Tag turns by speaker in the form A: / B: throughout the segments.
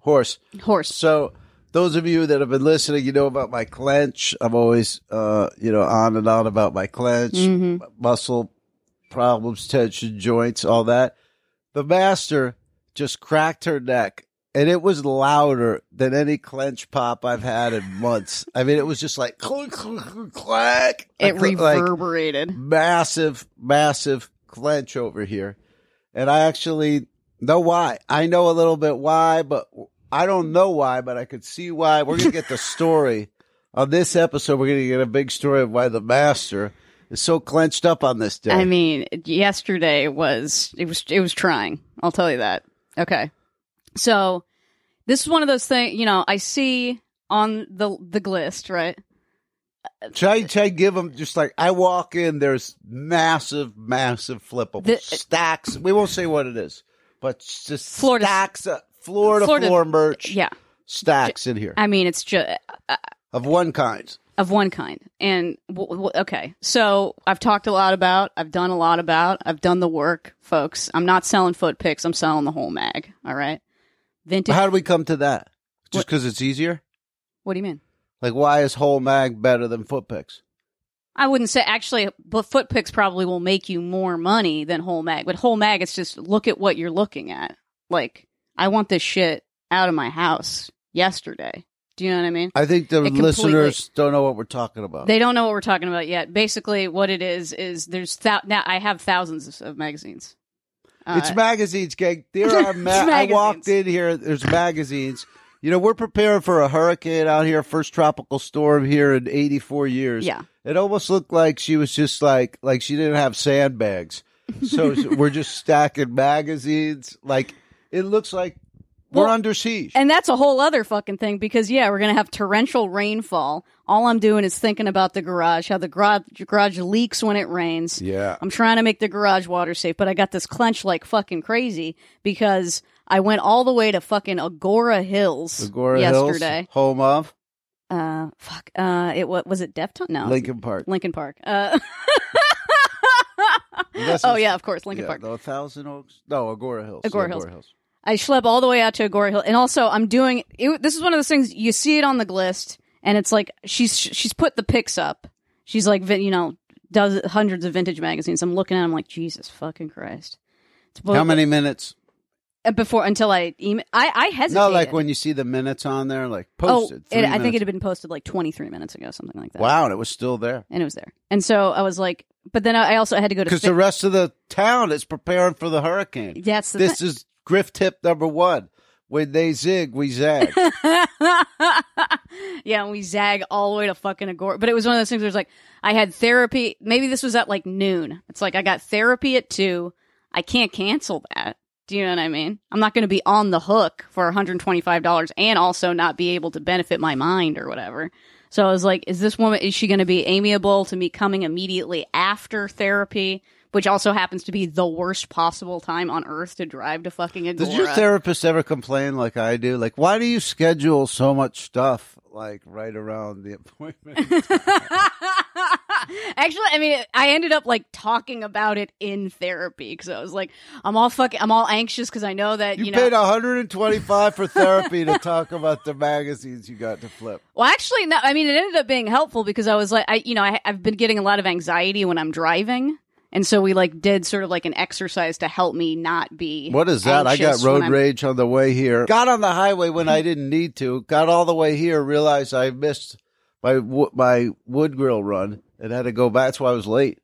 A: horse.
B: Horse.
A: So those of you that have been listening, you know about my clench. I'm always, uh, you know, on and on about my clench,
B: Mm.
A: m-
B: Mm-hmm.
A: muscle problems, tension, joints, all that. The master just cracked her neck and it was louder than any clench pop I've had in months. I mean, it was just like clunk, clunk, clunk, clack.
B: It
A: Like, like,
B: reverberated.
A: massive, massive clench over here. And I actually know why. I know a little bit why, but I don't know why, but I could see why. We're going to get the story on this episode. We're going to get a big story of why the master is so clenched up on this day.
B: I mean, yesterday was it was it was trying. I'll tell you that. Okay. So this is one of those things, you know, I see on the the glist, right?
A: try, try give them just like I walk in, there's massive, massive flippable
B: The-
A: stacks. We won't say what it is, but just
B: Floor to-
A: stacks, of- floor to
B: floor to-
A: floor merch
B: Yeah.
A: stacks in here
B: I mean, it's just
A: of one kind.
B: of one kind. And w- w- okay, so I've talked a lot about, I've done a lot about, I've done the work, folks. I'm not selling foot picks. I'm selling the whole mag. All right. Vintage.
A: How do we come to that? Just because it's easier?
B: what do you mean?
A: Like, why is whole mag better than foot picks?
B: I wouldn't say actually, but foot picks probably will make you more money than whole mag. But whole mag, it's just look at what you're looking at. Like, I want this shit out of my house yesterday. Do you know what I mean?
A: I think the
B: It completely-
A: listeners don't know what we're talking about.
B: They don't know what we're talking about yet. Basically, what it is is there's thou- now I have thousands of magazines. Uh,
A: it's magazines, gang. There are ma-
B: It's
A: I walked
B: magazines.
A: in here. There's magazines. You know, we're preparing for a hurricane out here. First tropical storm here in 84 years.
B: Yeah.
A: It almost looked like she was just like like she didn't have sandbags. So we're just stacking magazines. Like it looks like we're
B: Well,
A: under siege.
B: And that's a whole other fucking thing because yeah, we're gonna have torrential rainfall. All I'm doing is thinking about the garage, how the garage garage leaks when it rains.
A: yeah.
B: I'm trying to make the garage water safe, but I got this clench like fucking crazy because I went all the way to fucking Agora Hills
A: Agora Hills,
B: yesterday.
A: home of
B: Uh, fuck. Uh, it what was it? Deftones? No,
A: Lincoln Park.
B: Lincoln Park. Uh, oh yeah, of course, Lincoln
A: yeah,
B: Park.
A: The Thousand Oaks. No, Agora Hills.
B: Agora Hills. I schlep all the way out to Agora Hill, and also I'm doing. It, this is one of those things you see it on the list, and it's like she's she's put the pics up. She's like, vin- you know, does hundreds of vintage magazines. I'm looking at. them like, Jesus fucking Christ. It's both-
A: How many minutes?
B: uh, before until I email. I I hesitated.
A: No, like when you see the minutes on there, like
B: oh,
A: posted.
B: it,
A: three
B: I think it
A: minutes.
B: had been posted like 23 minutes ago, something like that.
A: Wow, and it was still there
B: And it was there, and so I was like, but then I I also had to go to.
A: because
B: Fi-
A: the rest of the town is preparing for the hurricane.
B: that's the
A: this is griff tip number one. When they zig, we zag.
B: yeah, and we zag all the way to fucking Agora. But it was one of those things where it's like, I had therapy. Maybe this was at like noon. It's like, I got therapy at two. I can't cancel that. Do you know what I mean? I'm not going to be on the hook for $125 and also not be able to benefit my mind or whatever. So I was like, is this woman, is she going to be amiable to me coming immediately after therapy? Which also happens to be the worst possible time on earth to drive to fucking Agora.
A: Did your therapist ever complain like I do? Like, why do you schedule so much stuff like right around the appointment?
B: Actually, I mean, I ended up like talking about it in therapy because I was like, I'm all fucking, I'm all anxious because I know that
A: You,
B: you, know.
A: paid 125 for therapy to talk about the magazines you got to flip.
B: well, actually, no. I mean, it ended up being helpful because I was like, I, you know, I, I've been getting a lot of anxiety when I'm driving, and so we like did sort of like an exercise to help me not be.
A: What is that? I got
B: anxious when
A: road
B: I'm-
A: rage on the way here. Got on the highway when
B: Mm-hmm.
A: I didn't need to. Got all the way here, realized I missed my wo- my wood grill run and had to go back. That's why I was late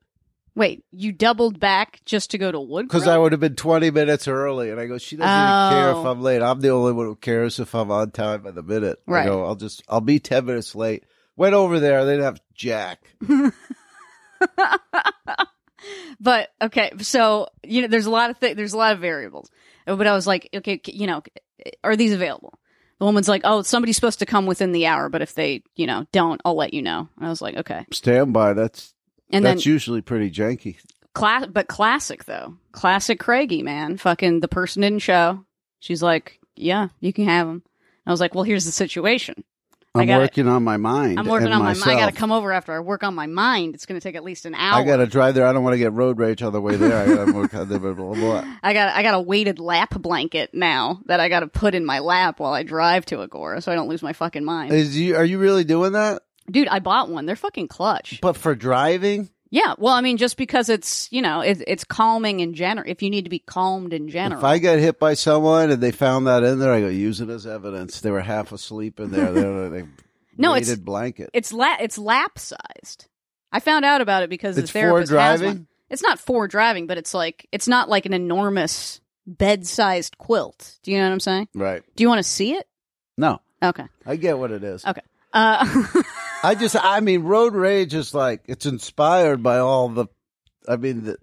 B: Wait, you doubled back just to go to Wood?
A: because I would have been twenty minutes early. And I go, she doesn't even care if
B: Oh.
A: I'm late. I'm the only one who cares if I'm on time by the minute. I
B: Right.
A: go, I'll just I'll be ten minutes late. Went over there. They didn't have Jack.
B: but okay so you know there's a lot of thi- there's a lot of variables Uh, but i was like okay c- you know c- are these available the woman's like oh somebody's supposed to come within the hour but if they you know don't i'll let you know and i was like okay
A: Stand by. That's
B: and then
A: that's usually pretty janky.
B: class but classic though classic craigie man fucking the person didn't show she's like yeah you can have him i was like well here's the situation I
A: I'm
B: gotta-
A: working on my mind.
B: I'm working
A: and
B: on my
A: myself.
B: mind. I got to come over after I work on my mind. It's going to take at least an hour.
A: I got to drive there. I don't want to get road rage on the way there. I got to work on the blah, blah, blah.
B: I got I got a weighted lap blanket now that I got to put in my lap while I drive to Agora, so I don't lose my fucking mind.
A: Is you are you really doing that?
B: Dude, I bought one. They're fucking clutch.
A: But for driving,
B: Yeah. Well, I mean, just because it's you know it, it's calming in general. If you need to be calmed in general,
A: if I got hit by someone and they found that in there, I go use it as evidence. They were half asleep in there. They were they
B: No, it's-
A: weighted blanket.
B: it's la- it's lap sized. I found out about it because
A: It's
B: the
A: for
B: therapist has one.
A: driving?
B: It's not for driving, but it's like it's not like an enormous bed sized quilt. Do you know what I'm saying?
A: Right?
B: Do you want to see it?
A: No,
B: Okay.
A: I get what it is.
B: Okay. Uh,
A: I just, I mean, road rage is like it's inspired by all the, I mean, the,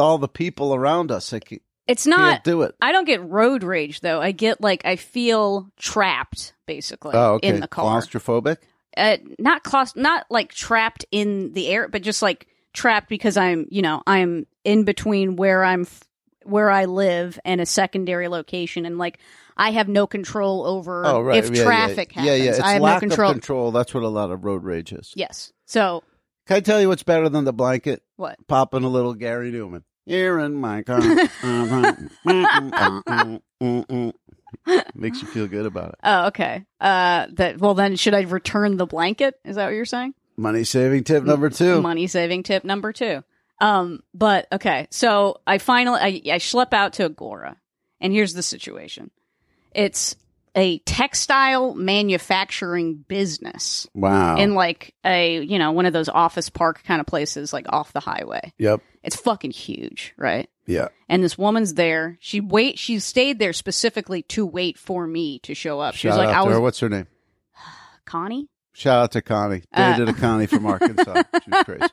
A: all the people around us that ca-
B: it's
A: can't
B: not.
A: do it.
B: I don't get road rage though. I get like I feel trapped basically
A: Oh, okay.
B: in the car.
A: Claustrophobic.
B: uh, not claust- not like trapped in the air, but just like trapped because I'm, you know, I'm in between where I'm, f- where I live and a secondary location, and like I have no control over
A: Oh, right.
B: if
A: yeah,
B: traffic
A: yeah.
B: happens.
A: Yeah, yeah. It's
B: I have
A: lack
B: no control.
A: of control. That's what a lot of road rage is.
B: Yes. So
A: Can I tell you what's better than the blanket?
B: what?
A: Popping a little Gary Newman. Here in my car. Makes you feel good about it.
B: Oh, okay. Uh, that. Well, then should I return the blanket? Is that what you're saying?
A: Money saving tip number two.
B: Money saving tip number two. Um, but okay, so I finally I, I schlep out to Agora, and here's the situation: it's a textile manufacturing business
A: Wow.
B: in like a you know one of those office park kind of places, like off the highway.
A: yep.
B: It's fucking huge, right?
A: Yeah.
B: And this woman's there. She wait. She stayed there specifically to wait for me to show up. she was
A: Shout
B: like,
A: out
B: "I
A: to
B: was
A: her. What's her name?
B: Connie."
A: Shout out to Connie.
B: Uh,
A: Dated a Connie from Arkansas. She's crazy.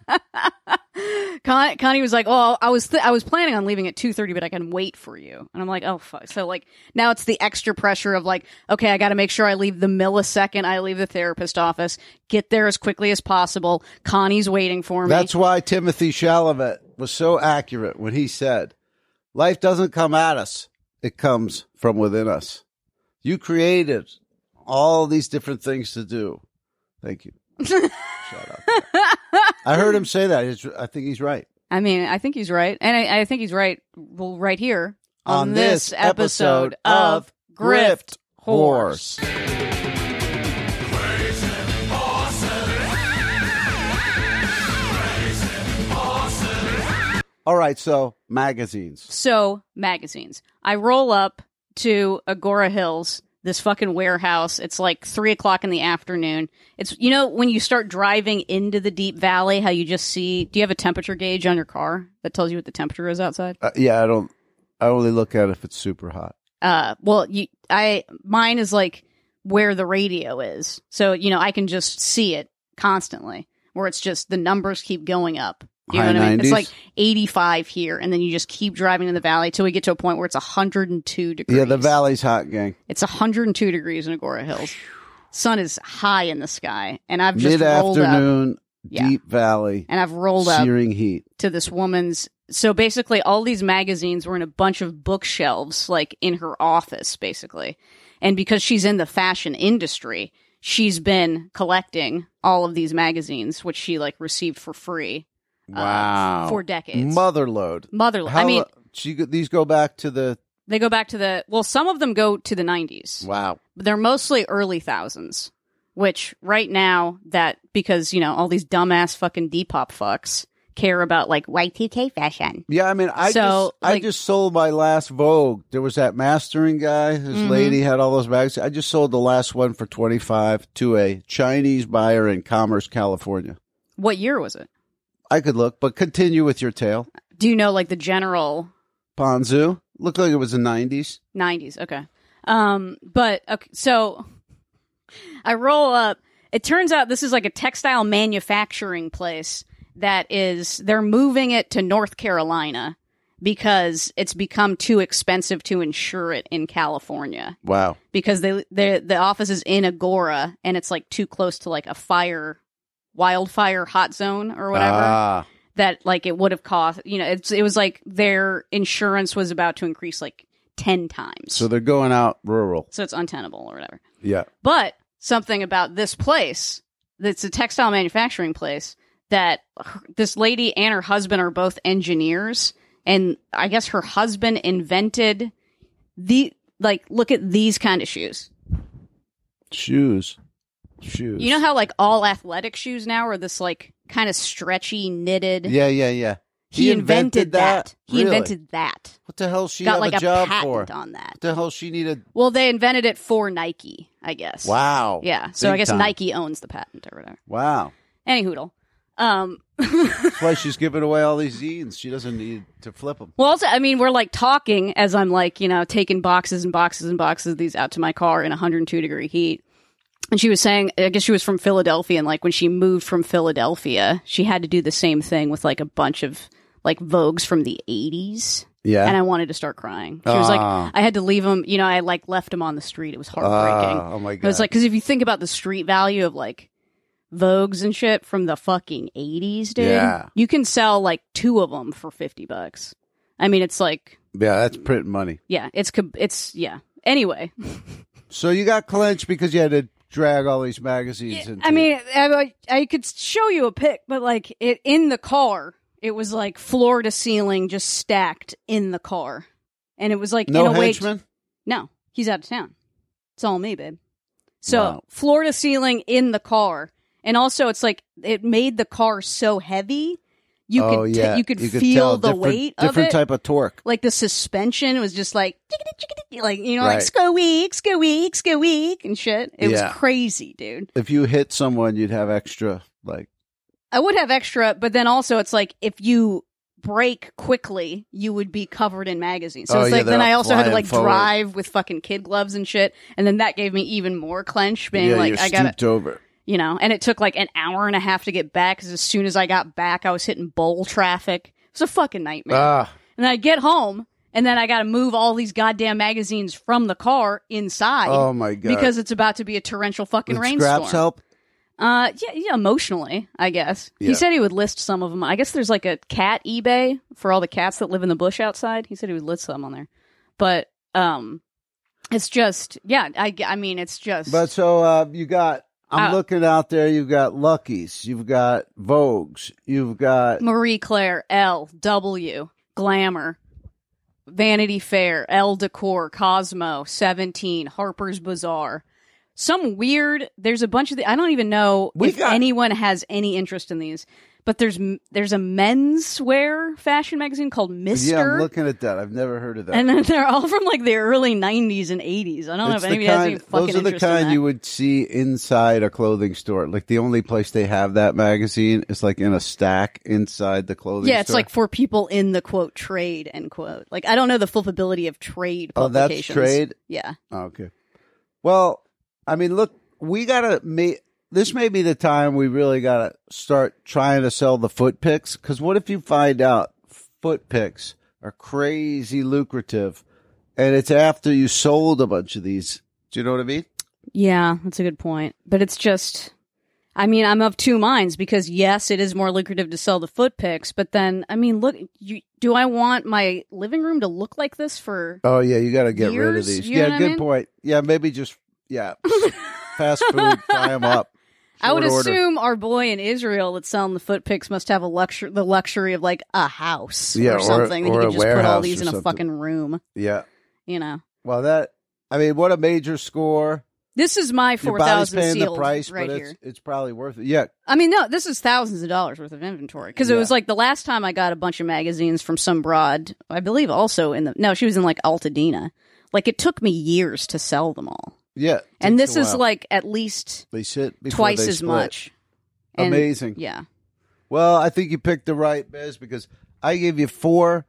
B: Con- Connie was like, "Oh, I was th- I was planning on leaving at two thirty, but I can wait for you." And I'm like, "Oh fuck!" So like now it's the extra pressure of like, okay, I got to make sure I leave the millisecond I leave the therapist office, get there as quickly as possible. Connie's waiting for me.
A: That's why Timothy Chalamet was so accurate when he said, "Life doesn't come at us; it comes from within us." You created all these different things to do. Thank you. Shout out. to that. I heard him say that. It's- I think he's right.
B: I mean, I think he's right, and I, I think he's right. Well, right here
A: On this episode of Grift Horse. All right, so magazines.
B: So, magazines. I roll up to Agora Hills, this fucking warehouse. It's like three o'clock in the afternoon. It's, you know, when you start driving into the deep valley, how you just see, do you have a temperature gauge on your car that tells you what the temperature is outside?
A: Uh, yeah, I don't. I only look at it if it's super hot.
B: Uh, well, you, I, mine is like where the radio is. So, you know, I can just see it constantly where it's just the numbers keep going up. Do you
A: High
B: know what I mean? It's
A: 90s?
B: like 85 here, and then you just keep driving in the valley till we get to a point where it's 102 degrees.
A: Yeah, the valley's hot, gang.
B: It's 102 degrees in Agora Hills. Sun is high in the sky, and I've just
A: Mid
B: rolled up
A: afternoon,
B: Yeah.
A: deep valley,
B: and I've rolled up
A: searing heat.
B: to this woman's. So basically, all these magazines were in a bunch of bookshelves, like in her office, basically. And because she's in the fashion industry, she's been collecting all of these magazines, which she like received for free uh,
A: Wow,
B: for decades.
A: motherload. uh,
B: Motherland. I mean,
A: she go- these go back to the
B: they go back to the well. Some of them go to the 90s.
A: wow.
B: they're mostly early thousands, which right now that because you know all these dumbass fucking Depop fucks care about like Y2K fashion.
A: Yeah, I mean, I
B: So,
A: just
B: like-
A: I just sold my last Vogue. There was that mastering guy. His
B: Mhm.
A: lady had all those bags. I just sold the last one for twenty five to a Chinese buyer in Commerce, California.
B: What year was it?
A: I could look, but continue with your tale.
B: Do you know like the general
A: Ponzu looked like it was the nineties.
B: 90s okay um but okay, so i roll up it turns out this is like a textile manufacturing place that is they're moving it to north carolina because it's become too expensive to insure it in california
A: Wow.
B: because they they the office is in agora and it's like too close to like a fire wildfire hot zone or whatever
A: Ah,
B: that like it would have cost you know it's it was like their insurance was about to increase like 10 times
A: so they're going out rural.
B: so it's untenable or whatever.
A: Yeah.
B: But something about this place that's a textile manufacturing place that her- this lady and her husband are both engineers and I guess her husband invented the like look at these kind of shoes.
A: Shoes. Shoes.
B: You know how like all athletic shoes now are this like kind of stretchy knitted.
A: Yeah, yeah, yeah.
B: he,
A: he
B: invented,
A: invented
B: that.
A: that?
B: He
A: Really?
B: invented that.
A: What the hell she
B: Got
A: have
B: like
A: a,
B: a,
A: job
B: patent
A: for? What
B: on that.
A: the hell she needed?
B: Well, they invented it for Nike, I guess.
A: Wow.
B: Yeah. So
A: Big
B: I guess
A: time.
B: Nike owns the patent or whatever.
A: Wow.
B: Any hoodle. Um,
A: That's why she's giving away all these zines. She doesn't need to flip them.
B: Well, also, I mean, we're like talking as I'm like, you know, taking boxes and boxes and boxes of these out to my car in 102 degree heat. And she was saying, I guess she was from Philadelphia, and like when she moved from Philadelphia, she had to do the same thing with like a bunch of like Vogues from the 80s.
A: Yeah.
B: And I wanted to start crying. She was like,
A: Ah.
B: I had to leave them, you know, I like left them on the street. It was heartbreaking.
A: Ah, oh my god.
B: It was like, because if you think about the street value of like Vogues and shit from the fucking 80s, dude,
A: Yeah.
B: you can sell like two of them for 50 bucks. I mean, it's like,
A: yeah, that's print money.
B: yeah, it's, com- it's, yeah. Anyway,
A: So you got clenched because you had to drag all these magazines. into
B: I mean, I, I could show you a pic, but like it in the car, it was like floor to ceiling, just stacked in the car. And it was like,
A: no
B: in a way,
A: henchman.
B: No, he's out of town. It's all me, babe. So
A: Wow.
B: floor to ceiling in the car, and also it's like it made the car so heavy you
A: oh
B: could t-
A: yeah,
B: you could
A: tell
B: feel the
A: different-
B: weight of
A: Different
B: it.
A: type of torque.
B: like the suspension was just like tickety-tickety, like you know
A: Right.
B: like sko weak, sko weak, sko weak, and shit. It
A: Yeah.
B: was crazy, dude.
A: If you hit someone, you'd have extra. Like
B: I would have extra, but then also it's like if you break quickly, you would be covered in magazines. So
A: Oh,
B: it's
A: yeah,
B: like
A: they're
B: then I
A: all
B: also had to
A: flying
B: like
A: forward.
B: drive with fucking kid gloves and shit, and then that gave me even more clench, being
A: yeah,
B: like
A: you're
B: I gotta
A: stooped over.
B: you know, and it took like an hour and a half to get back because as soon as I got back, I was hitting bowl traffic. It's a fucking nightmare.
A: Ah,
B: and then I get home, and then I got to move all these goddamn magazines from the car inside
A: oh my god.
B: because it's about to be a torrential fucking
A: Did
B: rainstorm.
A: scraps help.
B: Uh, yeah, yeah, emotionally, I guess.
A: Yeah.
B: He said he would list some of them. I guess there's like a cat eBay for all the cats that live in the bush outside. He said he would list some on there, but um, it's just yeah. I I mean, it's just
A: But so uh, you got. I'm
B: Uh,
A: looking out there. You've got Lucky's. You've got Vogue's. You've got
B: Marie Claire, L, W, Glamour, Vanity Fair, El Decor, Cosmo, 17, Harper's Bazaar. Some weird, there's a bunch of the, I don't even know
A: We
B: if
A: got-
B: anyone has any interest in these, but there's m- there's a menswear fashion magazine called Mister.
A: Yeah, I'm looking at that. I've never heard of that.
B: and then they're all from like the early 90s and 80s. I don't know if
A: It's the
B: anybody has any
A: kind,
B: fucking
A: those are the
B: interest in
A: kind
B: that.
A: you would see inside a clothing store. Like the only place they have that magazine is like in a stack inside the clothing
B: yeah, it's
A: store.
B: like for people in the quote trade end quote. Like I don't know the fulfillability of trade.
A: Oh, that's
B: publications.
A: trade? Oh,
B: Yeah,
A: okay. Well, I mean, look, we gotta make this may be the time we really gotta start trying to sell the foot picks. Because what if you find out foot picks are crazy lucrative, and it's after you sold a bunch of these? Do you know what I mean?
B: Yeah, that's a good point. But it's just, I mean, I'm of two minds because yes, it is more lucrative to sell the foot picks, but then, I mean, look, you, do I want my living room to look like this for?
A: Oh yeah, you got to get rid of
B: Years?
A: these.
B: You know
A: yeah,
B: what I
A: good
B: mean?
A: point. Yeah, maybe just yeah, fast food, fry them up.
B: I would
A: Short order.
B: assume our boy in Israel that's selling the foot picks must have a luxury, the luxury of like a house
A: Yeah, or-
B: or something
A: or
B: that
A: a
B: he could just put all
A: warehouse
B: these
A: or
B: in a
A: something.
B: fucking room.
A: Yeah.
B: You know,
A: Well, that I mean, what a major score.
B: this is my
A: Your
B: four
A: body's
B: thousand
A: paying
B: sealed
A: the price,
B: right
A: but
B: here.
A: it's it's probably worth it. Yeah.
B: I mean, no, this is thousands of dollars worth of inventory because it
A: Yeah.
B: was like the last time I got a bunch of magazines from some broad, I believe, also in the no, she was in like Altadena. Like it took me years to sell them all,
A: Yeah.
B: and
A: Takes
B: this
A: a
B: is
A: while.
B: like at least
A: they sit before
B: twice
A: they
B: as
A: split.
B: much. And-
A: Amazing.
B: Yeah,
A: Well, I think you picked the right biz because I gave you four.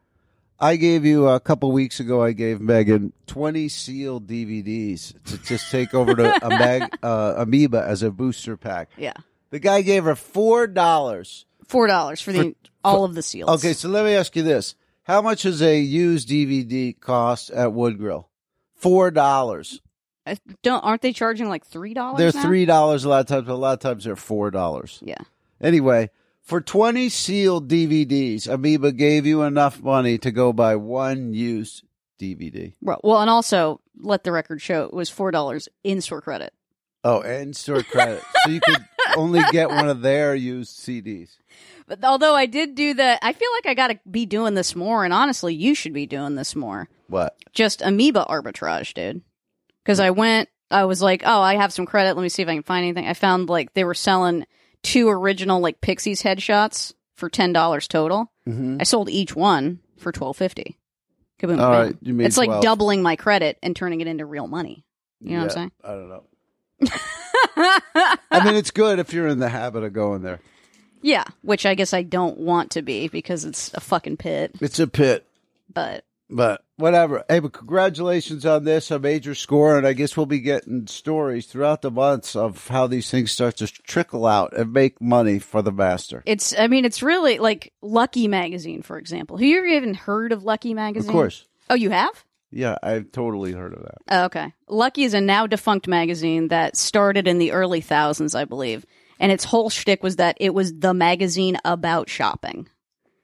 A: I gave you a couple weeks ago. I gave Megan twenty sealed DVDs to just take over to a mag, uh, Amoeba as a booster pack.
B: yeah,
A: The guy gave her four dollars.
B: four dollars for the all of the seals.
A: Okay, so let me ask you this: How much does a used DVD cost at Wood Grill? Four dollars.
B: I don't aren't they charging like three dollars?
A: They're three dollars a lot of times. but A lot of times they're four dollars.
B: Yeah,
A: Anyway, for twenty sealed DVDs, Amoeba gave you enough money to go buy one used DVD.
B: well, well, and also let the record show it was four dollars in store credit.
A: Oh, and store credit. so you could only get one of their used CDs.
B: But although I did do the, I feel like I got to be doing this more. And honestly, you should be doing this more.
A: What?
B: Just amoeba arbitrage, dude. Because I went, I was like, oh, I have some credit. Let me see if I can find anything. I found like they were selling two original like Pixies headshots for ten dollars total.
A: Mm-hmm.
B: I sold each one for twelve fifty. Kaboom!
A: All
B: bam.
A: right, you made
B: It's like
A: 12.
B: doubling my credit and turning it into real money. You know what I'm
A: Yeah,
B: saying?
A: I don't know. I mean, it's good if you're in the habit of going there.
B: yeah, which I guess I don't want to be because it's a fucking pit.
A: It's a pit,
B: But
A: but whatever. Hey, but congratulations on this, a major score, and I guess we'll be getting stories throughout the months of how these things start to trickle out and make money for the master.
B: it's, I mean, it's really like Lucky Magazine, for example. Have you ever even heard of Lucky Magazine?
A: Of course.
B: Oh, you have?
A: Yeah, I've totally heard of that.
B: Oh, okay. Lucky is a now defunct magazine that started in the early thousands, I believe. And its whole shtick was that it was the magazine about shopping.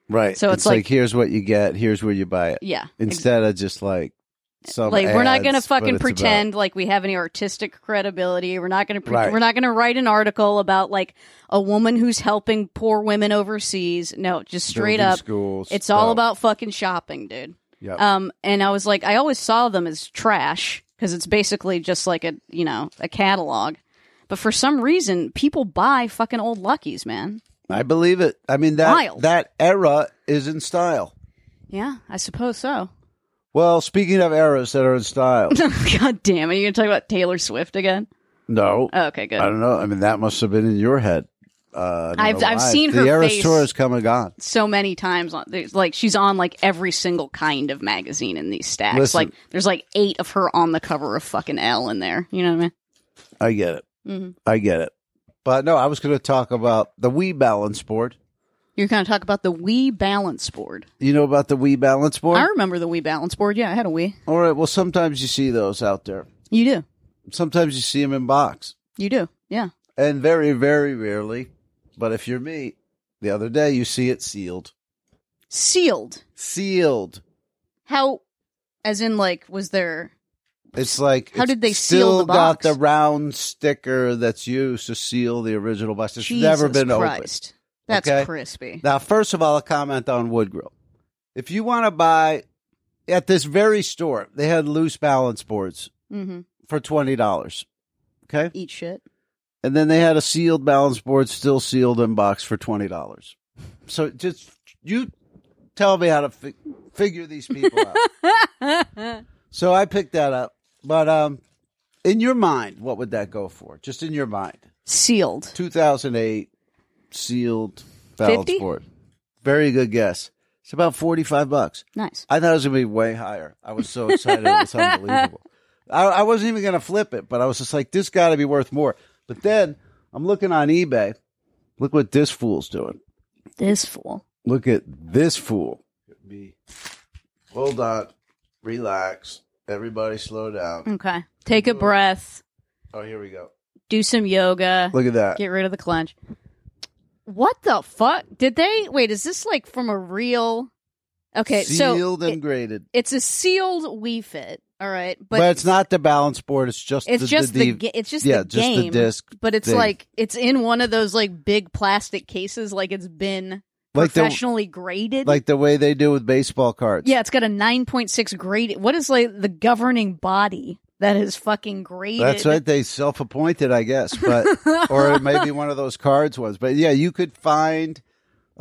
A: Right.
B: So it's
A: like,
B: like-
A: here's what you get, here's where you buy it.
B: Yeah.
A: Instead of just like some
B: like we're not
A: ads,
B: gonna
A: but
B: fucking
A: it's
B: pretend like we have any artistic credibility we're not gonna pre-
A: Right.
B: we're not gonna write an article about like a woman who's helping poor women overseas no just
A: about
B: straight
A: building
B: up
A: schools.
B: it's all
A: No.
B: about fucking shopping dude
A: Yep.
B: um and i was like i always saw them as trash because it's basically just like a you know a catalog but for some reason people buy fucking old luckies man
A: I believe it. I mean that
B: Wild.
A: that era is in style.
B: yeah i suppose so
A: Well, speaking of eras that are in style,
B: god damn it you gonna talk about taylor swift again
A: no,
B: oh, okay good
A: I don't know. I mean, that must have been in your head. Uh, I don't
B: I've-
A: know
B: I've
A: why.
B: seen
A: the
B: her
A: Eras
B: face.
A: tour has come and gone.
B: so many times on there's like she's on like every single kind of magazine in these stacks.
A: Listen.
B: Like there's like eight of her on the cover of fucking L in there. You know what
A: I get it.
B: I mean? hmm
A: I get it. But no, I was going to talk about the Wii Balance Board.
B: You're gonna talk about the Wii balance board.
A: You know about the Wii Balance Board?
B: I remember the Wii balance board. Yeah, I had a Wii.
A: All right. Well, sometimes you see those out there.
B: You do.
A: Sometimes you see them in box,
B: You do. Yeah.
A: and very, very rarely. But if you're me, the other day you see it sealed.
B: Sealed.
A: Sealed.
B: How? As in, like, was there?
A: It's like
B: How
A: it's
B: did they seal
A: still
B: the
A: got
B: box?
A: the round sticker that's used to seal the original box. It's
B: Jesus
A: never been
B: Christ. That's
A: Okay.
B: crispy.
A: opened. Now, first of all, a comment on Woodgrill. If you want to buy at this very store, they had loose balance boards
B: mm-hmm.
A: for twenty dollars. Okay,
B: Eat shit.
A: and then they had a sealed balance board, still sealed in box for twenty dollars. So just you tell me how to fi- figure these people out. So I picked that up, but um, in your mind, what would that go for? Just in your mind,
B: Sealed.
A: 2008 sealed balance
B: 50?
A: board. Very good guess. It's about 45 bucks.
B: Nice.
A: I thought it was gonna be way higher. I was so excited; it was unbelievable. I, I wasn't even gonna flip it, but I was just like, "This got to be worth more." But then I'm looking on eBay. Look what this fool's doing.
B: This fool.
A: Look at this fool. Me. Hold on, relax. Everybody, slow down.
B: Okay. Take a breath.
A: Oh, here we go.
B: Do some yoga.
A: Look at that.
B: Get rid of the clench. What the fuck? Did they wait, is this like from a real Okay,
A: sealed
B: so
A: and
B: it-
A: graded.
B: it's a sealed Wii Fit, all right? But,
A: But, it's not the balance board. It's just
B: it's
A: the,
B: just
A: the,
B: the,
A: D-
B: ga- it's just
A: yeah,
B: the
A: just
B: game.
A: the disc,
B: But it's
A: thing.
B: like it's in one of those like big plastic cases like it's been
A: like the
B: professionally graded.
A: like the way they do with baseball cards.
B: yeah, it's got a 9.6 grade. What is like the governing body that is fucking graded?
A: that's right. They self-appointed, I guess, but or it may be one of those cards ones. But yeah, you could find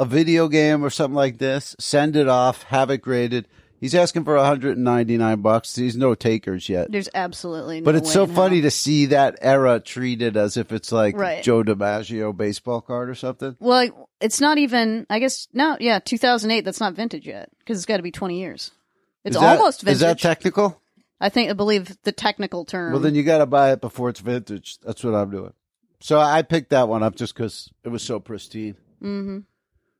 A: a video game or something like this, send it off, have it graded. He's asking for 199 bucks. He's no takers yet.
B: There's absolutely no
A: But it's
B: way
A: so
B: in hell.
A: funny to see that era treated as if it's like
B: Right.
A: Joe DiMaggio baseball card or something.
B: Well, like, it's not even. I guess no. Yeah, 2008. That's not vintage yet because it's got to be 20 years. It's
A: Is that-
B: almost vintage. Um,
A: Is that technical?
B: I think I believe the technical term.
A: Well, then you got to buy it before it's vintage. That's what I'm doing. So I picked that one up just because it was so pristine.
B: Mhm.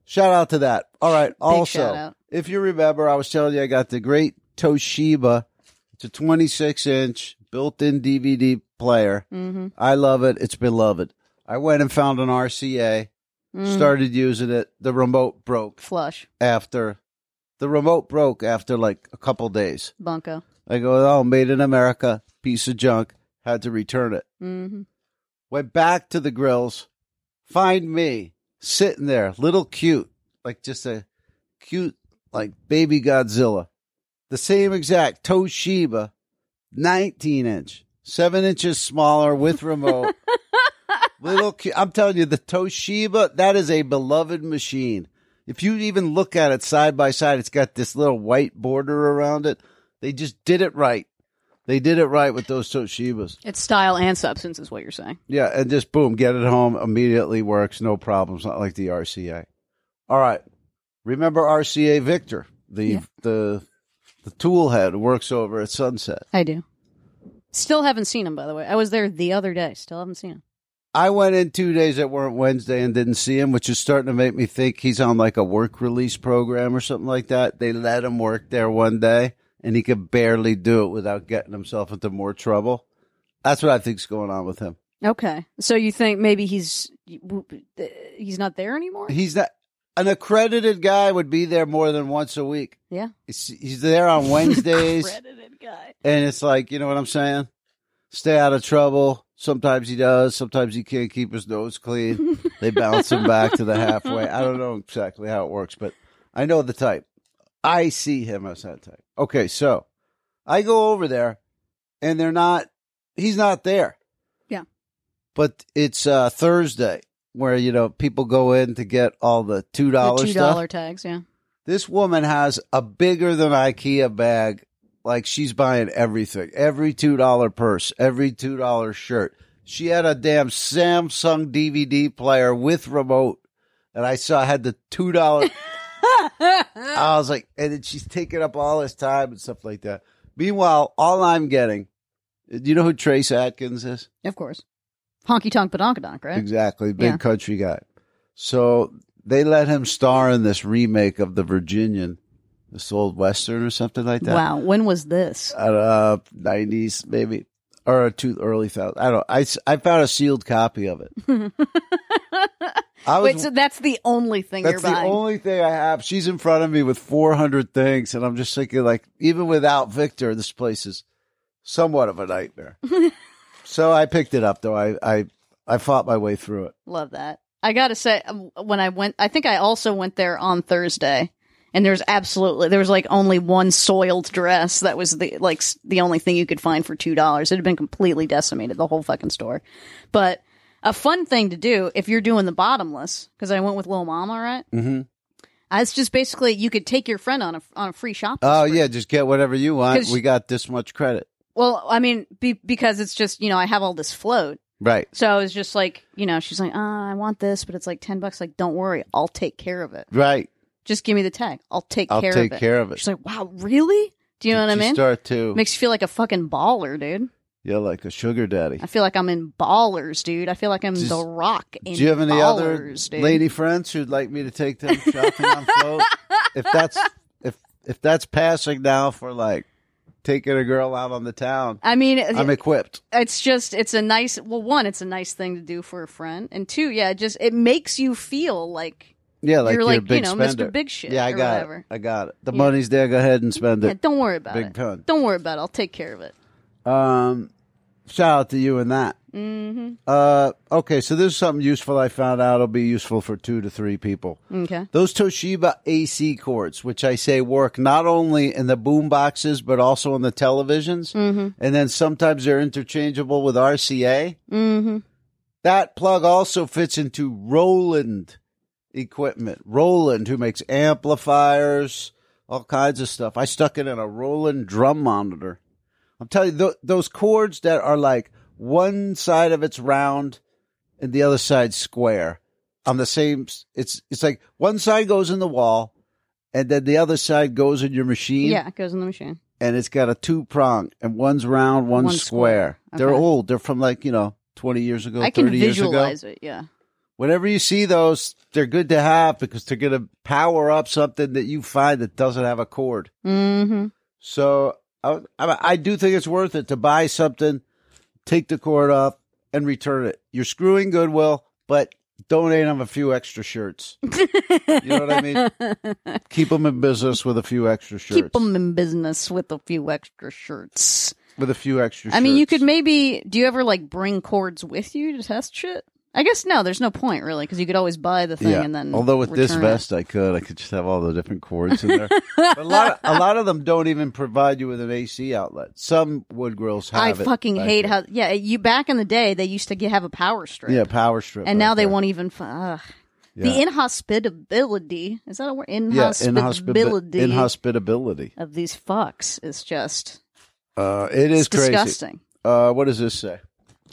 A: Shout out to that. All right.
B: shout
A: also,
B: out.
A: if you remember, I was telling you I got the great Toshiba. It's a 26 inch built in DVD player.
B: Mhm.
A: I love it. It's beloved. I went and found an RCA,
B: Mm.
A: started using it. The remote broke
B: flush
A: after. The remote broke after like a couple days.
B: bunko.
A: I go, oh, made in America, piece of junk. Had to return it.
B: hmm
A: Went back to the grills. Find me sitting there, little cute, like just a cute, like baby Godzilla. The same exact Toshiba, 19 inch, seven inches smaller with remote. little cu I'm telling you, the Toshiba, that is a beloved machine. If you even look at it side by side, it's got this little white border around it. They just did it right. They did it right with those Toshibas.
B: It's style and substance, is what you're saying.
A: Yeah, and just boom, get it home immediately works, no problems. Not like the RCA. All right, remember RCA Victor, the
B: Yeah.
A: the the tool head works over at sunset.
B: I do. Still haven't seen him, by the way. I was there the other day. Still haven't seen him.
A: I went in two days that weren't Wednesday and didn't see him, which is starting to make me think he's on like a work release program or something like that. They let him work there one day, and he could barely do it without getting himself into more trouble. That's what I think's going on with him.
B: Okay, so you think maybe he's he's not there anymore?
A: He's not an accredited guy would be there more than once a week.
B: Yeah.
A: He's, he's there on Wednesdays,
B: Credited guy.
A: and it's like you know what I'm saying. Stay out of trouble. Sometimes he does. Sometimes he can't keep his nose clean. they bounce him back to the halfway. I don't know exactly how it works, but I know the type. I see him as that type. Okay, so I go over there, and they're not. He's not there.
B: Yeah.
A: But it's uh, Thursday, where you know people go in to get all the two dollar
B: two
A: stuff.
B: dollar tags. Yeah.
A: This woman has a bigger than IKEA bag. Like she's buying everything. Every $2 purse, every $2 shirt. She had a damn Samsung DVD player with remote. And I saw I had the $2. I was like, and then she's taking up all this time and stuff like that. Meanwhile, all I'm getting, do you know who Trace Atkins is?
B: Of course. Honky tonk badonkadonk, right?
A: Exactly. Big
B: Yeah.
A: country guy. So they let him star in this remake of The Virginian, this old Western or something like that.
B: Wow. When was this?
A: Uh, 90s, maybe, or too early 1000s. I don't I, s- I found a sealed copy of it. I was,
B: Wait, so that's the only thing
A: that's
B: you're
A: the
B: buying.
A: only thing I have. She's in front of me with 400 things. And I'm just thinking, like, even without Victor, this place is somewhat of a nightmare. so I picked it up, though. I, I, I fought my way through it.
B: Love that. I gotta say, um, when I went, I think I also went there on Thursday, and there's absolutely there was like only one soiled dress that was the like s- the only thing you could find for two dollars. It had been completely decimated, the whole fucking store. But a fun thing to do if you're doing the bottomless, because I went with Lil Mama, right? Mm-hmm. It's just basically you could take your friend on a on a free shopping.
A: Oh yeah, just get whatever you want.
B: 'Cause-
A: We got this much credit.
B: Well, I mean, be, because it's just you know I have all this float,
A: Right.
B: so I was just like, you know, she's like, ah, I want this, but it's like ten bucks. Like, don't worry, I'll take care of it.
A: Right.
B: Just give me the tag. I'll take
A: I'll
B: care
A: take
B: of it.
A: care of it.
B: She's like, wow, really? Do you know what I
A: You
B: mean?
A: Start to
B: Makes you feel like a fucking baller, dude.
A: yeah, like a sugar daddy.
B: I feel like I'm in ballers, dude. I feel like I'm
A: Just-
B: the rock in
A: Do you have any
B: ballers,
A: other
B: dude.
A: lady friends who'd like me to take them shopping on float? If that's if if that's passing now for like taking a girl out on the town,
B: I mean,
A: I'm equipped.
B: it's just it's a nice well one it's a nice thing to do for a friend and two yeah it just it makes you feel like
A: Yeah, like
B: You're
A: you're,
B: like,
A: a big
B: you know, Mr.
A: spender.
B: Big Shit
A: Yeah, I
B: or
A: got
B: whatever.
A: it. I got it. The
B: Yeah.
A: money's there. Go ahead and spend
B: yeah,
A: it.
B: don't worry about
A: Big
B: it
A: pun.
B: don't worry about it i'll take care of it
A: Um, shout out to you and that. Mm-hmm. Uh, okay, so this is something useful I found out. It'll be useful for two to three people.
B: okay
A: Those Toshiba AC cords, which I say work not only in the boom boxes but also on the televisions, mm-hmm. and then sometimes they're interchangeable with RCA. Mm-hmm. That plug also fits into Roland equipment. Roland, who makes amplifiers, all kinds of stuff. I stuck it in a Roland drum monitor. I'm telling you, th- those cords that are like one side of it's round and the other side square on the same. s- It's it's like one side goes in the wall, and then the other side goes in your machine.
B: yeah it goes in the machine
A: and it's got a two prong, and one's round, one's
B: One's
A: square.
B: square.
A: They're
B: Okay.
A: old. They're from like you know twenty years ago,
B: i can
A: thirty years ago
B: visualize it yeah
A: whenever you see those, they're good to have because they're going to power up something that you find that doesn't have a cord.
B: mm-hmm
A: So I, I, I do think it's worth it to buy something, take the cord off, and return it. You're screwing Goodwill, but donate them a few extra shirts. you know what I mean? Keep them in business with a few extra shirts.
B: Keep them in business with a few extra shirts.
A: with a few extra.
B: I mean, you could
A: shirts.
B: maybe. Do you ever like bring cords with you to test shit? I guess no. There's no point really because you could always buy the thing
A: Yeah.
B: and then.
A: Although with this
B: return it.
A: vest, I could. I could just have all the different cords in there. but a lot, of, a lot of them don't even provide you with an AC outlet. Some wood grills have
B: I
A: it
B: fucking
A: back
B: hate
A: there.
B: how. Yeah, you back in the day they used to get, have a power strip.
A: Yeah, power strip.
B: and now
A: right
B: they
A: there.
B: won't even. fu- Ugh. The
A: Yeah.
B: inhospitability is that a word?
A: yeah,
B: Inhospitability
A: inhospitability. Inhospitability.
B: of these fucks is just
A: Uh, it is
B: it's
A: crazy.
B: disgusting.
A: Uh, what does this say?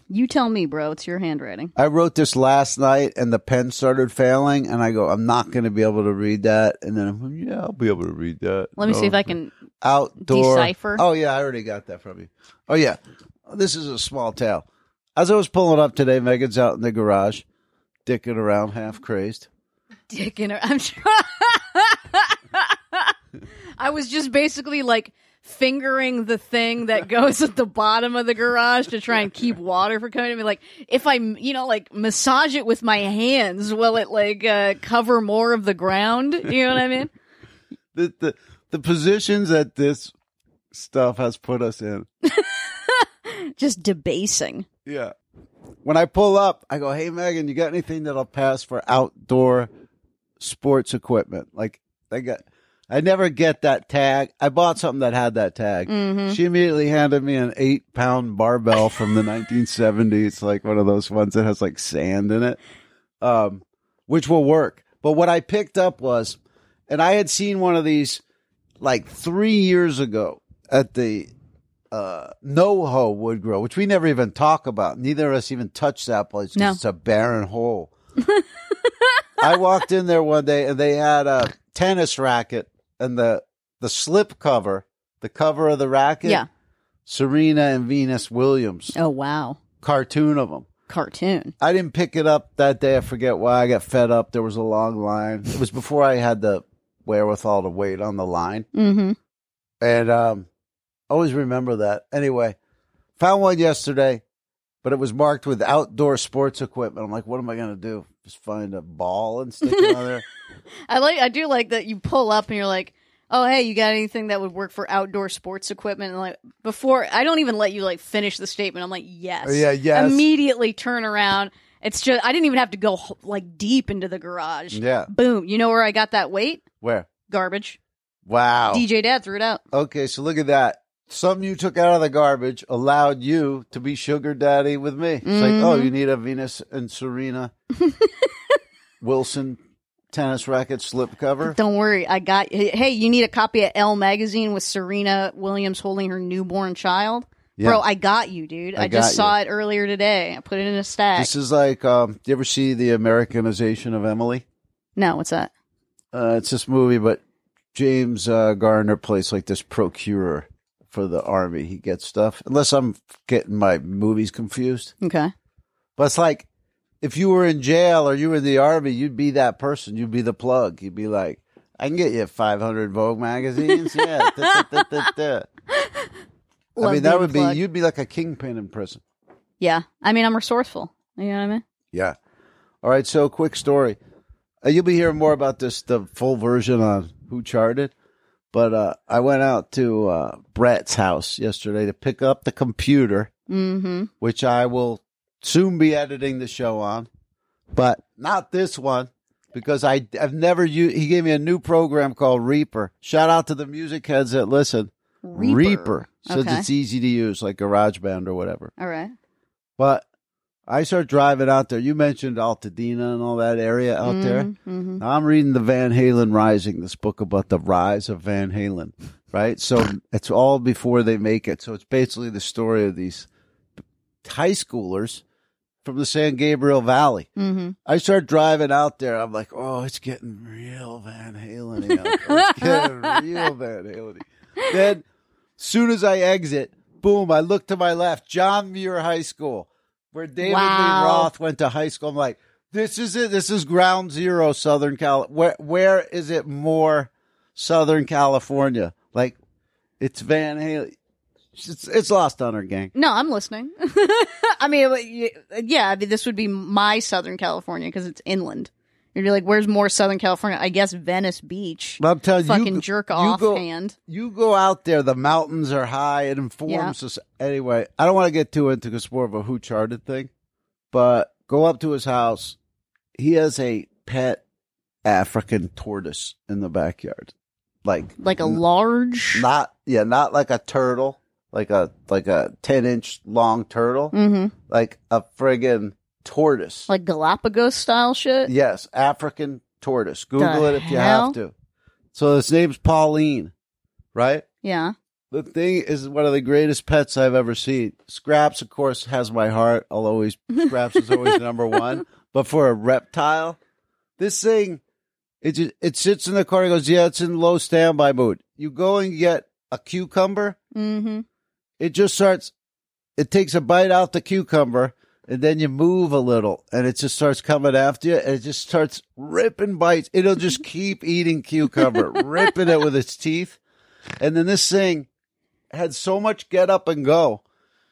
B: You tell me, bro. It's your handwriting.
A: I wrote this last night, and the pen started failing, and I go, I'm not going to be able to read that. And then I'm, yeah, I'll be able to read that.
B: Let me see if
A: No.
B: I can.
A: outdoor
B: Decipher.
A: Oh yeah, I already got that from you. Oh yeah, this is a small tale. As I was pulling up today, Megan's out in the garage, dicking around, half crazed.
B: dick in her. I'm sure. I was just basically like fingering the thing that goes at the bottom of the garage to try and keep water from coming to me. Like if I, you know, like massage it with my hands, will it like uh, cover more of the ground? You know what I mean?
A: The the the positions that this stuff has put us in.
B: Just debasing.
A: Yeah. When I pull up, I go, "Hey Megan, you got anything that'll pass for outdoor sports equipment?" Like I got. I never get that tag. I bought something that had that tag.
B: Mm-hmm.
A: She immediately handed me an eight pound barbell from the 1970s, like one of those ones that has like sand in it, um, which will work. But what I picked up was, and I had seen one of these like three years ago at the uh, NoHo Wood Grill, which we never even talk about. Neither of us even touch that place 'cause
B: No.
A: it's a barren hole. I walked in there one day and they had a tennis racket and the the slip cover, the cover of the racket.
B: Yeah.
A: Serena and Venus Williams
B: Oh wow,
A: cartoon of them.
B: cartoon.
A: I didn't pick it up that day. I forget why. I got fed up. There was a long line. It was before I had the wherewithal to wait on the line,
B: Mm-hmm.
A: and um, I always remember that. Anyway, found one yesterday, but it was marked with outdoor sports equipment. I'm like, what am I gonna do? Just find a ball and stick it on there.
B: I like. I do like that you pull up and you're like, "Oh, hey, you got anything that would work for outdoor sports equipment?" And like before, I don't even let you like finish the statement. I'm like, "Yes,
A: Yeah, yes.
B: Immediately turn around. It's just I didn't even have to go h- like deep into the garage.
A: Yeah.
B: Boom. You know where I got that weight?
A: Where?
B: Garbage.
A: Wow.
B: DJ Dad threw it out.
A: Okay, so look at that. Some you took out of the garbage allowed you to be sugar daddy with me. It's like, oh, you need a Venus and Serena Wilson tennis racket slip cover.
B: Don't worry, I got. Hey, you need a copy of Elle magazine with Serena Williams holding her newborn child.
A: Yeah.
B: Bro, I got you, dude. I,
A: I got
B: just saw it earlier today. I put it in a stack.
A: This is like, um, do you ever see the Americanization of Emily?
B: no, what's that?
A: Uh, it's this movie, but James uh, Garner plays like this procurer for the army. He gets stuff, unless I'm getting my movies confused.
B: Okay.
A: But it's like if you were in jail or you were in the army, you'd be that person. You'd be the plug. You'd be like, I can get you 500 Vogue magazines. Yeah. da, da, da, da, da. I
B: Love
A: mean, that
B: being
A: would be,
B: plugged.
A: you'd be like a kingpin in prison.
B: Yeah. I mean, I'm resourceful. You know what I mean?
A: Yeah. All right. So, quick story. Uh, you'll be hearing more about this, the full version on Who Charted. But uh, I went out to uh, Brett's house yesterday to pick up the computer
B: Mm-hmm.
A: which I will soon be editing the show on, but not this one because I, I've never used. He gave me a new program called Reaper. Shout out to the music heads that listen.
B: Reaper.
A: since
B: Okay.
A: it's easy to use, like GarageBand or whatever.
B: All right.
A: But I start driving out there. You mentioned Altadena and all that area out there.
B: Mm-hmm.
A: Now I'm reading the Van Halen Rising, this book about the rise of Van Halen, right? So it's all before they make it. So it's basically the story of these high schoolers from the San Gabriel Valley.
B: Mm-hmm.
A: I start driving out there. I'm like, oh, it's getting real Van Halen. It's getting real Van Halen. Then, soon as I exit, boom! I look to my left, John Muir High School, where David
B: Wow.
A: Lee Roth went to high school. I'm like, this is it. This is ground zero, Southern Cal. Where where is it more Southern California? Like, it's Van Halen. It's it's lost on her gang.
B: No, I'm listening. I mean, it would- yeah, I mean, this would be my Southern California because it's inland. You're like, where's more Southern California? I guess Venice Beach.
A: But I'm telling you,
B: Fucking
A: you,
B: jerk
A: you
B: off
A: go-
B: hand.
A: you go out there, the mountains are high. It informs us. Anyway, I don't want to get too into because more of a who charted thing, but go up to his house. He has a pet African tortoise in the backyard. Like,
B: Like a large.
A: not, yeah, not like a turtle, like a, like a 10 inch long turtle,
B: hmm
A: like a friggin' tortoise.
B: Like Galapagos style shit.
A: Yes, African tortoise. Google
B: The
A: it if you
B: hell?
A: have to. So his name's Pauline, right?
B: Yeah.
A: The thing is one of the greatest pets I've ever seen. Scraps, of course, has my heart. I'll always Scraps is always number one. But for a reptile, this thing it just, it sits in the car and goes, Yeah, it's in low standby mode. You go and get a cucumber,
B: hmm
A: it just starts it takes a bite out the cucumber and then you move a little and it just starts coming after you and it just starts ripping bites it'll just keep eating cucumber ripping it with its teeth and then this thing had so much get up and go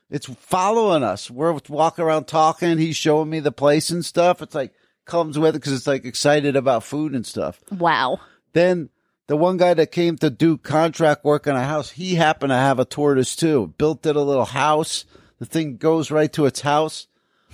A: it's following us we're walking around talking he's showing me the place and stuff it's like comes with it because it's like excited about food and stuff
B: Wow.
A: then the one guy that came to do contract work on a house, he happened to have a tortoise too. Built it a little house. The thing goes right to its house.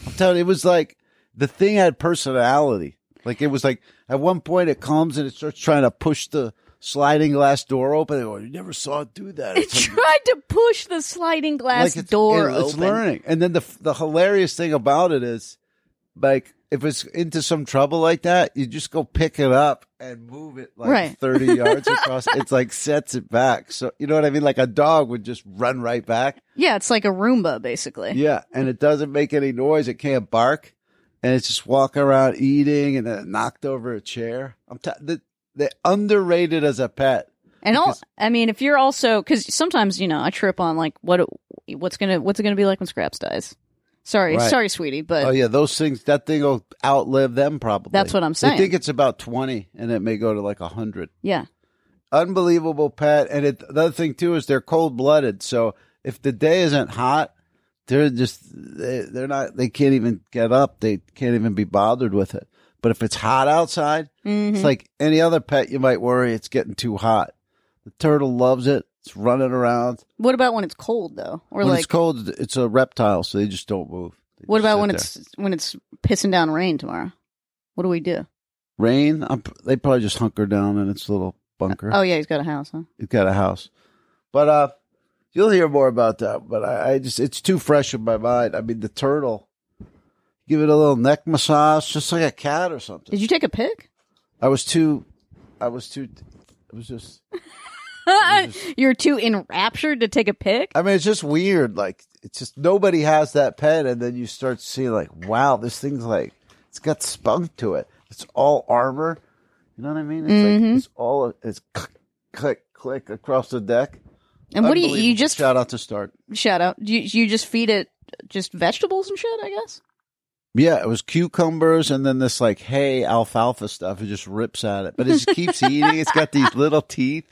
A: I'm telling you, it was like the thing had personality. Like it was like at one point it comes and it starts trying to push the sliding glass door open. They go, you never saw it do that.
B: It
A: It's like-
B: tried to push the sliding glass
A: it's-
B: door
A: it-
B: open.
A: It's learning, and then the the hilarious thing about it is, like, if it's into some trouble like that, you just go pick it up and move it like
B: Right.
A: thirty yards across. It's like sets it back. So you know what I mean? Like a dog would just run right back.
B: Yeah, it's like a Roomba basically.
A: Yeah, and it doesn't make any noise. It can't bark, and it's just walking around eating, and then it knocked over a chair. I'm t- the, they underrated as a pet.
B: And all,
A: Because-
B: I mean, if you're also because sometimes you know I trip on like what it- what's gonna what's it gonna be like when Scraps dies. Sorry,
A: Right.
B: sorry, sweetie, but
A: Oh yeah, those things. That thing will outlive them probably.
B: That's what I'm
A: I
B: saying.
A: think it's about twenty, and it may go to like hundred.
B: yeah,
A: Unbelievable pet, and it, the other thing too is they're cold blooded. So if the day isn't hot, they're just they, they're not. They can't even get up. They can't even be bothered with it. But if it's hot outside,
B: Mm-hmm.
A: it's like any other pet. You might worry it's getting too hot. The turtle loves it. It's running around.
B: What about when it's cold though, or
A: when
B: like
A: it's cold, it's a reptile, so they just don't move. They
B: what
A: just
B: about
A: sit
B: when
A: there.
B: it's when it's pissing down rain tomorrow? What do we do?
A: rain? I'm, they probably just hunker down in its little bunker.
B: Oh yeah, he's got a house, huh?
A: You've got a house. But uh you'll hear more about that. But I, I just it's too fresh in my mind. I mean the turtle. Give it a little neck massage, just like a cat or something.
B: Did you take a pic?
A: I was too I was too it was just
B: You're too enraptured to take a pic.
A: I mean it's just weird. Like it's just nobody has that pet and then you start seeing like, wow, this thing's like it's got spunk to it. It's all armor. You know what I mean? It's
B: Mm-hmm.
A: like it's all it's click click click across the deck.
B: And what do you you
A: Unbelievable.
B: just shout,
A: shout out to start.
B: out? You you just feed it just vegetables and shit, I guess.
A: Yeah, it was cucumbers and then this like hay alfalfa stuff. It just rips at it, but it just keeps eating. It's got these little teeth,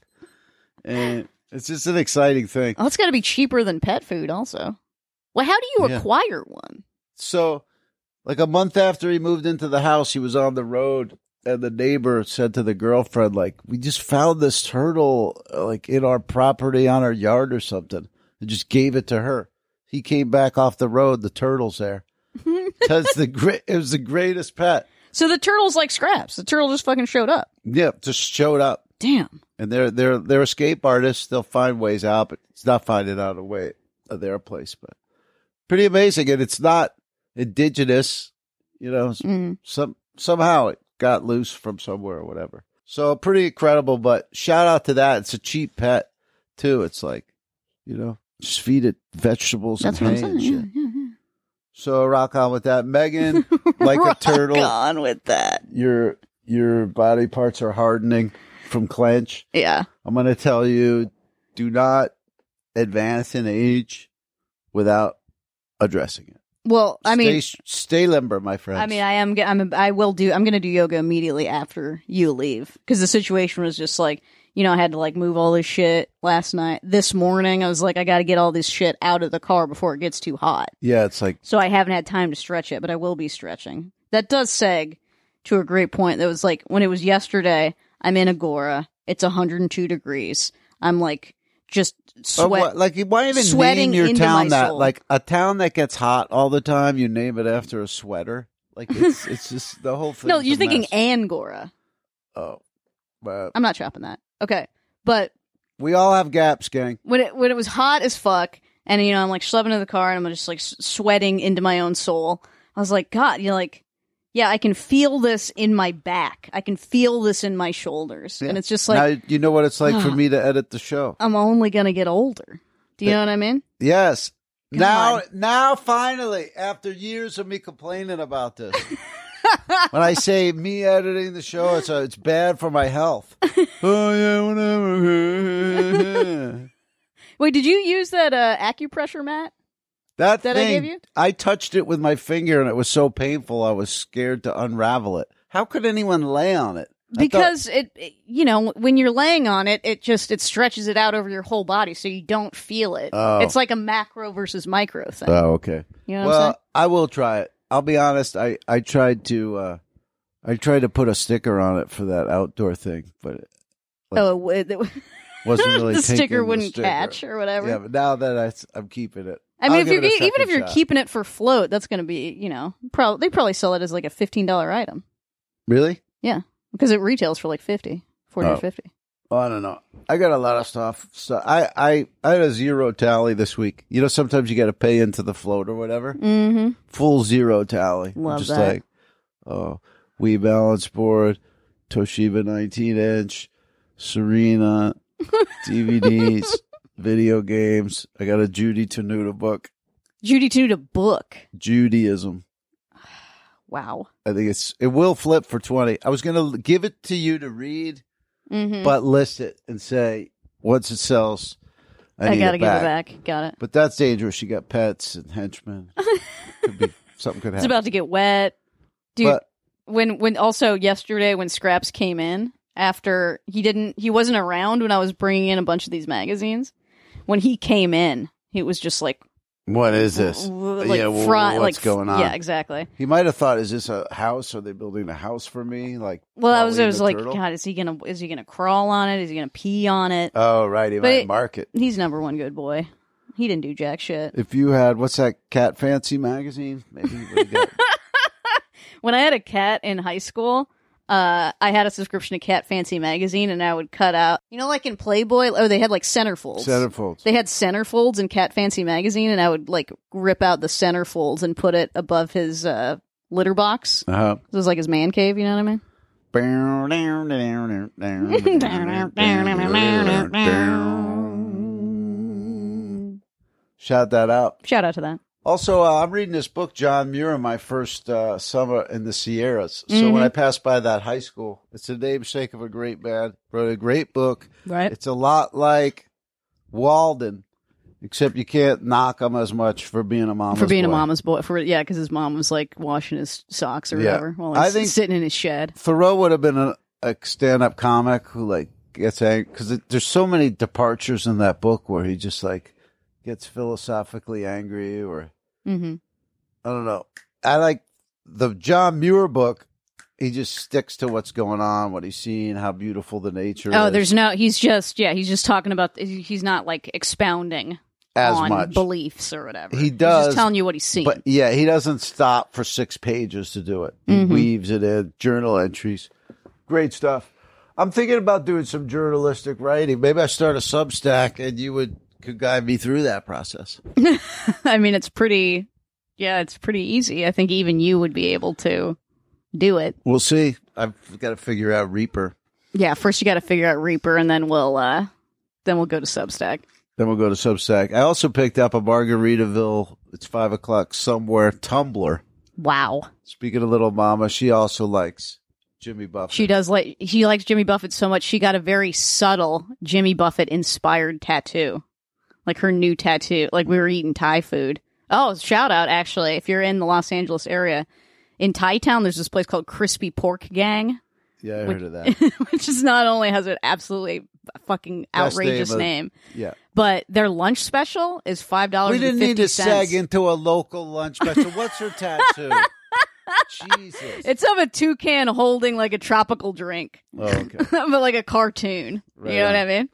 A: and it's just an exciting thing.
B: Oh, it's got to be cheaper than pet food, also. Well, how do you
A: Yeah.
B: acquire one?
A: So, like a month after he moved into the house, he was on the road, and the neighbor said to the girlfriend, "Like we just found this turtle, uh, like in our property on our yard or something." And just gave it to her. He came back off the road. The turtle's there. That's the great. It was the greatest pet.
B: So the turtle's like scraps. The turtle just fucking showed up.
A: Yeah, just showed up.
B: Damn.
A: and they're they're they're escape artists. They'll find ways out, but it's not finding out a way of their place. But pretty amazing, and it's not indigenous. You know, s-
B: Mm.
A: some somehow it got loose from somewhere or whatever. So pretty incredible. But shout out to that. It's a cheap pet too. It's like you know, just feed it vegetables
B: That's what
A: and
B: I'm
A: hay
B: saying.
A: and
B: Yeah,
A: shit.
B: yeah,
A: So rock on with that, Megan. Like a
B: Rock
A: turtle,
B: on with that.
A: your your body parts are hardening from clench.
B: Yeah.
A: I'm going to tell you do not advance in age without addressing it.
B: Well, I mean,
A: stay, stay limber, my friends.
B: I mean, I am. ge- I'm. I will do. I'm going to do yoga immediately after you leave because the situation was just like you know I had to like move all this shit last night. This morning I was like I got to get all this shit out of the car before it gets too hot.
A: yeah, it's like
B: So I haven't had time to stretch it, but I will be stretching. That does seg to a great point that was like when it was yesterday, I'm in Agora. It's 102 degrees. I'm like just
A: But
B: sweat.
A: what- like, why even
B: sweating
A: name your
B: into my
A: town that?
B: soul.
A: Like a town that gets hot all the time, you name it after a sweater. Like it's it's just the whole thing.
B: No, you're thinking Angora.
A: oh, but
B: I'm not chopping that. Okay. But
A: we all have gaps, gang.
B: when it when it was hot as fuck, and you know I'm like schlepping to the car, and I'm just like s- sweating into my own soul. I was like, God, you're like, yeah, I can feel this in my back. I can feel this in my shoulders, and
A: Yeah.
B: it's just like
A: now you know what it's like for me to edit the show.
B: I'm only gonna get older. Do you know what I mean?
A: Yes.
B: Come
A: Now,
B: on.
A: now, finally, after years of me complaining about this, when I say me editing the show, it's uh, it's bad for my health. oh yeah, whatever.
B: Wait, did you use that uh, acupressure mat?
A: that
B: That I
A: thing,
B: gave you?
A: I touched it with my finger, and it was so painful, I was scared to unravel it. How could anyone lay on it? I thought-
B: Because it, it- you know, when you're laying on it, it just it stretches it out over your whole body, so you don't feel it.
A: Oh.
B: It's like a macro versus micro thing.
A: oh, okay.
B: you know what I'm saying?
A: well, I will try it. I'll be honest. I I tried to uh, I tried to put a sticker on it for that outdoor thing, but it like-
B: oh, wait, that-
A: wasn't really
B: the
A: taking
B: sticker
A: the
B: wouldn't
A: sticker.
B: catch or whatever.
A: Yeah, but now that I, I'm keeping it,
B: I mean,
A: I'll
B: if you're,
A: give it a
B: even
A: second
B: if you're
A: shot.
B: keeping it for float, that's going to be you know probably they probably sell it as like a fifteen dollar item
A: really,
B: because it retails for like 50 40 or
A: Oh.
B: fifty.
A: oh, I don't know. I got a lot of stuff. So I, I, I had a zero tally this week. You know, sometimes you got to pay into the float or whatever.
B: Mm-hmm.
A: Full zero tally. I'm
B: Love
A: just
B: that.
A: like, oh, we balance board, Toshiba 19 inch, Serena, DVDs, video games. I got a Judy Tenuta book,
B: Judy Tenuta book.
A: Judaism.
B: Wow.
A: I think it's it will flip for twenty. I was going to give it to you to read,
B: Mm-hmm.
A: but list it and say once it sells, I,
B: I,
A: need
B: gotta
A: it
B: give
A: back.
B: it back. Got it.
A: But that's dangerous. You got pets and henchmen. could be, something could happen.
B: It's about to get wet, dude.
A: But-
B: when when also yesterday when Scraps came in after he didn't he wasn't around when I was bringing in a bunch of these magazines. When he came in, he was just like
A: what is this?
B: w- like
A: yeah,
B: fri-
A: what's
B: like,
A: going on?
B: Yeah, exactly.
A: He might have thought, "Is this a house? Are they building a house for me?" Like,
B: Well, I was, I
A: Pauline
B: was
A: the
B: like,
A: turtle?
B: God, is he gonna is he gonna crawl on it? Is he gonna pee on it?
A: oh right, he
B: But
A: might
B: it-
A: mark it.
B: He's number one good boy. He didn't do jack shit.
A: If you had what's that cat fancy magazine? Maybe you would get.
B: When I had a cat in high school, uh, I had a subscription to Cat Fancy magazine, and I would cut out, you know, like in Playboy. Oh, they had like centerfolds.
A: centerfolds.
B: They had centerfolds in Cat Fancy magazine, and I would like rip out the centerfolds and put it above his uh, litter box.
A: Uh-huh.
B: This was like his man cave. You know what I mean?
A: Shout that out.
B: Shout out to that.
A: Also, uh, I'm reading this book, John Muir, my first uh, summer in the Sierras. So
B: Mm-hmm.
A: when I passed by that high school, it's the namesake of a great man. Wrote a great book.
B: Right.
A: It's a lot like Walden, except you can't knock him as much for being a mom.
B: for being
A: boy.
B: a mama's boy. For yeah, because his mom was like washing his socks or
A: Yeah.
B: whatever while he's
A: I think-
B: sitting in his shed.
A: Thoreau would have been a, a stand-up comic who like gets angry because there's so many departures in that book where he just like gets philosophically angry or
B: hmm
A: I don't know. I like the John Muir book. He just sticks to what's going on, what he's seeing, how beautiful the nature.
B: Oh,
A: is,
B: there's no. He's just yeah. He's just talking about. He's not like expounding
A: as
B: on
A: much.
B: beliefs or whatever.
A: He
B: He's
A: does,
B: just telling you what he's seen.
A: But yeah, he doesn't stop for six pages to do it. He
B: Mhm.
A: weaves it in journal entries. Great stuff. I'm thinking about doing some journalistic writing. Maybe I start a Substack, and you would could guide me through that process.
B: I mean, it's pretty. Yeah, it's pretty easy. I think even you would be able to do it.
A: We'll see. I've got to figure out Reaper.
B: Yeah, first you got to figure out Reaper, and then we'll uh then we'll go to Substack.
A: Then we'll go to Substack. I also picked up a Margaritaville. It's five o'clock somewhere. Tumblr.
B: Wow,
A: Speaking of little mama, she also likes Jimmy Buffett.
B: she does like she likes Jimmy Buffett so much. She got a very subtle Jimmy Buffett inspired tattoo, like her new tattoo. Like we were eating Thai food. Oh, shout out actually, if you're in the Los Angeles area, in Thai Town, there's this place called Crispy Pork Gang.
A: yeah, I
B: Which-
A: heard of that.
B: which is not only has an absolutely fucking
A: Best
B: outrageous
A: name of-
B: name,
A: Yeah.
B: but their lunch special is five dollars.
A: We didn't need to sag into a local lunch special. What's her tattoo? Jesus.
B: It's of a toucan holding like a tropical drink,
A: Oh, okay.
B: but like a cartoon.
A: Right
B: you know
A: on.
B: what I mean?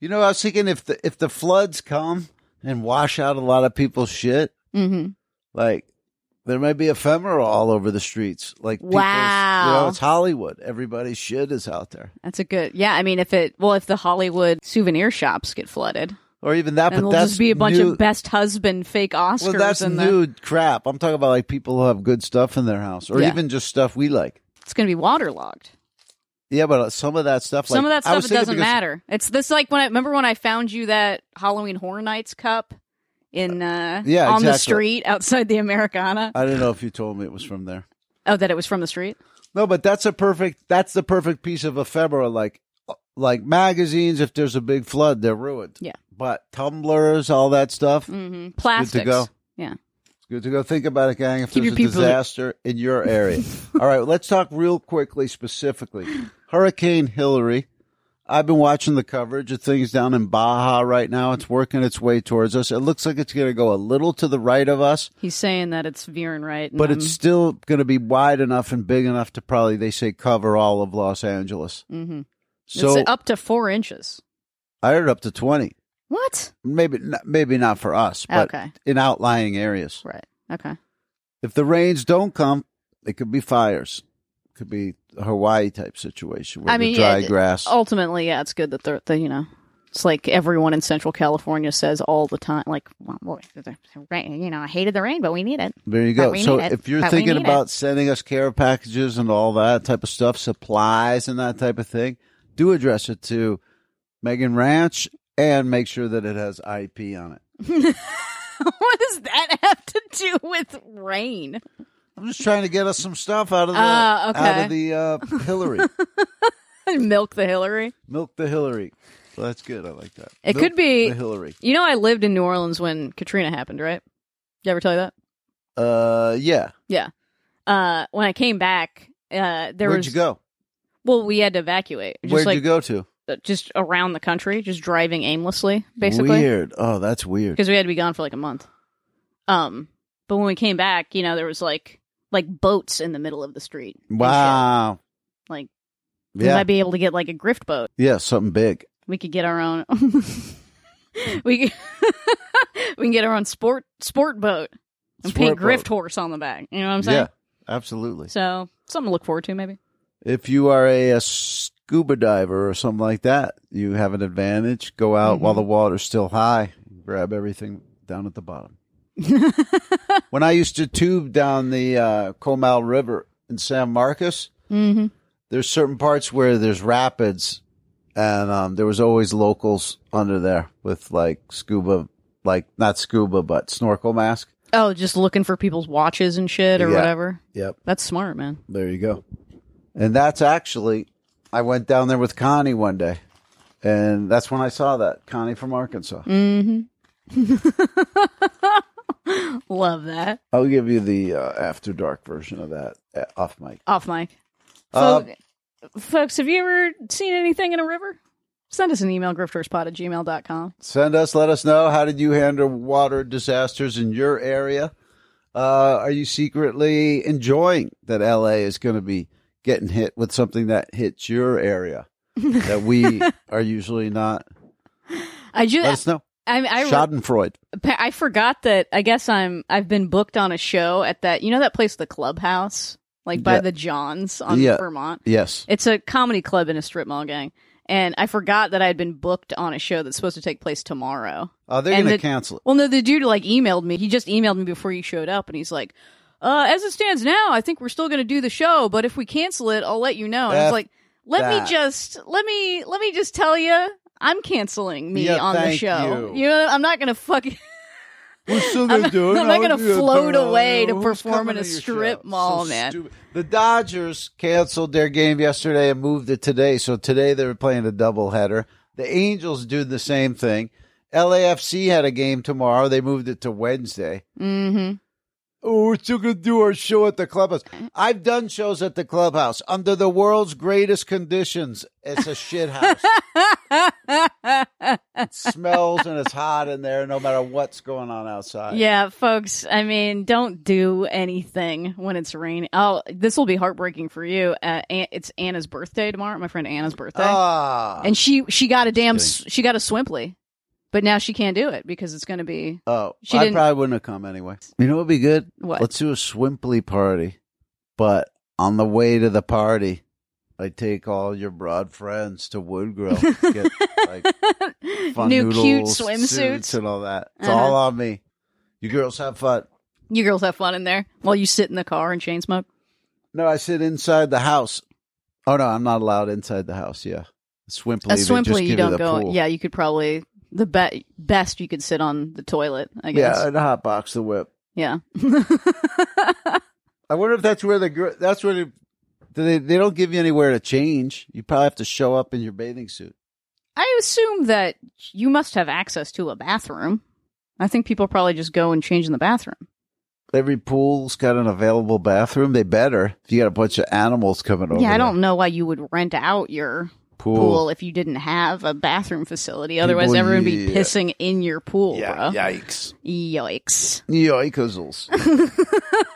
A: You know, I was thinking if the if the floods come and wash out a lot of people's shit,
B: Mm-hmm.
A: like there might be ephemera all over the streets. Like people's- you know,
B: Wow.
A: it's Hollywood. Everybody's shit is out there,
B: That's a good. Yeah, I mean, if it well, if the Hollywood souvenir shops get flooded,
A: or even that.
B: then
A: but
B: there'll
A: that's
B: just be a bunch
A: new,
B: of best husband fake Oscars.
A: well, that's
B: and
A: new crap. I'm talking about like people who have good stuff in their house, or
B: Yeah.
A: even just stuff we like.
B: it's going to be waterlogged.
A: Yeah, but uh, some of that stuff,
B: Some of
A: like-
B: that
A: I was
B: stuff it
A: thinking
B: doesn't
A: because-
B: matter. It's this like when I remember when I found you that Halloween Horror Nights cup in uh
A: Yeah,
B: on the
A: exactly.
B: street outside the Americana.
A: I didn't know if you told me it was from there.
B: Oh, that it was from the street.
A: No, but that's a perfect. That's the perfect piece of ephemera. Like, uh, like magazines. If there's a big flood, they're ruined.
B: Yeah.
A: But tumblers, all that stuff, it's
B: Mm-hmm. Plastics.
A: go.
B: Yeah.
A: good to go. Think about it, gang. If
B: Keep
A: there's
B: your
A: a
B: people-
A: disaster in your area, all right. Let's talk real quickly, specifically Hurricane Hillary. I've been watching the coverage of things down in Baja right now. It's working its way towards us. It looks like it's going to go a little to the right of us.
B: He's saying that it's veering right, and
A: but
B: I'm-
A: it's still going to be wide enough and big enough to probably they say cover all of Los Angeles.
B: Mhm.
A: So
B: it's up to four inches.
A: I heard up to twenty,
B: What?
A: maybe not, maybe not for us, but
B: Okay.
A: in outlying areas.
B: Right. Okay.
A: If the rains don't come, it could be fires, could be a Hawaii type situation where
B: I mean,
A: the dry
B: yeah, oh,
A: grass.
B: Ultimately, yeah, it's good that they're, they, you know, it's like everyone in Central California says all the time, like, well, boy, the rain, you know, I hated the rain, but we need it.
A: There you
B: But
A: go.
B: we
A: So
B: need it.
A: if you're
B: But we
A: thinking
B: need it.
A: about sending us care packages and all that type of stuff, supplies and that type of thing, do address it to Megan Ranch and make sure that it has IP on it.
B: what does that have to do with rain?
A: I'm just trying to get us some stuff out of the
B: Ah, okay.
A: out of the uh, Hillary.
B: Milk the Hillary.
A: Milk the Hillary. Well, that's good. I like that.
B: It
A: Milk
B: could be-
A: the Hillary.
B: You know, I lived in New Orleans when Katrina happened, right? You ever tell you that?
A: Uh, yeah.
B: Uh, when I came back, uh, there
A: Where'd
B: was
A: you go?
B: well, we had to evacuate. Just
A: Where'd
B: like
A: you go to?
B: uh, just around the country, just driving aimlessly, basically,
A: Weird. Oh, that's weird.
B: because we had to be gone for like a month. Um, but when we came back, you know, there was like like boats in the middle of the street. and
A: Wow.
B: shit. Like we
A: Yeah.
B: might be able to get like a grift boat.
A: yeah. Something big.
B: We could get our own. we could- we can get our own sport sport boat and paint
A: Sport boat.
B: grift horse on the back. You know what I'm saying?
A: Yeah. Absolutely.
B: So something to look forward to, maybe.
A: If you are a, a scuba diver or something like that, you have an advantage. Go out while
B: Mm-hmm.
A: the water's still high. Grab everything down at the bottom. when I used to tube down the uh, Comal River in San Marcos,
B: Mm-hmm.
A: there's certain parts where there's rapids, and um, there was always locals under there with like scuba, like not scuba but snorkel mask.
B: Oh, just looking for people's watches and shit or
A: Yeah.
B: whatever.
A: Yep,
B: That's smart, man.
A: there you go. And that's actually, I went down there with Connie one day, and that's when I saw that Connie from Arkansas.
B: Mm. Mm-hmm. Love that.
A: I'll give you the uh, after dark version of that uh, off mic.
B: Off mic.
A: Uh,
B: Folk- folks, have you ever seen anything in a river? Send us an email, grifterspot at gmail.com.
A: send us let us know how did you handle water disasters in your area uh, are you secretly enjoying that la is going to be getting hit with something that hits your area that we are usually not
B: I just,
A: let us know
B: I, I,
A: schadenfreude
B: Pa- I forgot that. I guess I'm. I've been booked on a show at that. You know that place, the Clubhouse, like by
A: Yeah.
B: the Johns on
A: Yeah.
B: Vermont.
A: yes
B: It's a comedy club in a strip mall, gang. And I forgot that I had been booked on a show that's supposed to take place tomorrow.
A: oh they're
B: And
A: going to
B: the-
A: cancel it
B: Well, no, the dude like emailed me. He just emailed me before you showed up, and he's like, uh, "As it stands now, I think we're still going to do the show, but if we cancel it, I'll let you know." And I was
A: F
B: like, "Let
A: that.
B: me just let me let me just tell you, I'm canceling me
A: Yeah,
B: on the
A: thank
B: show.
A: you.
B: You know, I'm not going to fucking."
A: We're still
B: I'm
A: gonna
B: not-
A: do it.
B: I'm not
A: I'll
B: gonna
A: do it.
B: float
A: Don't-
B: away to
A: who's
B: perform
A: coming
B: in a
A: to your
B: strip
A: show?
B: mall,
A: So
B: man.
A: stupid. The Dodgers canceled their game yesterday and moved it today. So today they were playing a doubleheader. The Angels do the same thing. LAFC had a game tomorrow. They moved it to Wednesday.
B: Mm-hmm.
A: Oh, we're still gonna do our show at the clubhouse. I've done shows at the clubhouse under the world's greatest conditions. It's a shit house. it smells and it's hot in there, no matter what's going on outside.
B: Yeah, folks. I mean, don't do anything when it's raining. Oh, this will be heartbreaking for you. Uh, An- it's Anna's birthday tomorrow. My friend Anna's birthday,
A: Ah.
B: and she she got a damn s- she got a swimply, but now she can't do it because it's going to be
A: oh,
B: she
A: I
B: didn't-
A: probably wouldn't have come anyway. You know what would be good?
B: what?
A: Let's do a swimply party, but on the way to the party, I take all your broad friends to Woodgrill. Get like fun
B: New cute
A: noodles, suits
B: swimsuits.
A: and all that. It's
B: Uh-huh.
A: all on me. You girls have fun.
B: You girls have fun in there while you sit in the car and chain smoke.
A: No, I sit inside the house. Oh no, I'm not allowed inside the house. Yeah, swimply.
B: A
A: they just
B: swimply,
A: give
B: you don't
A: the
B: go.
A: pool.
B: Yeah, you could probably the be- best you could sit on the toilet. I guess.
A: yeah, and a hot box the whip.
B: Yeah.
A: I wonder if that's where the gr- that's where the, do they they don't give you anywhere to change. You probably have to show up in your bathing suit.
B: I assume that you must have access to a bathroom. I think people probably just go and change in the bathroom.
A: Every pool's got an available bathroom. They better if you got a bunch of animals coming over.
B: yeah, I
A: there.
B: don't know why you would rent out your
A: pool.
B: pool, if you didn't have a bathroom facility. Otherwise,
A: People-
B: everyone would be
A: yeah.
B: pissing in your pool,
A: Yeah,
B: bro.
A: yikes.
B: Yikes.
A: Yoikoozles.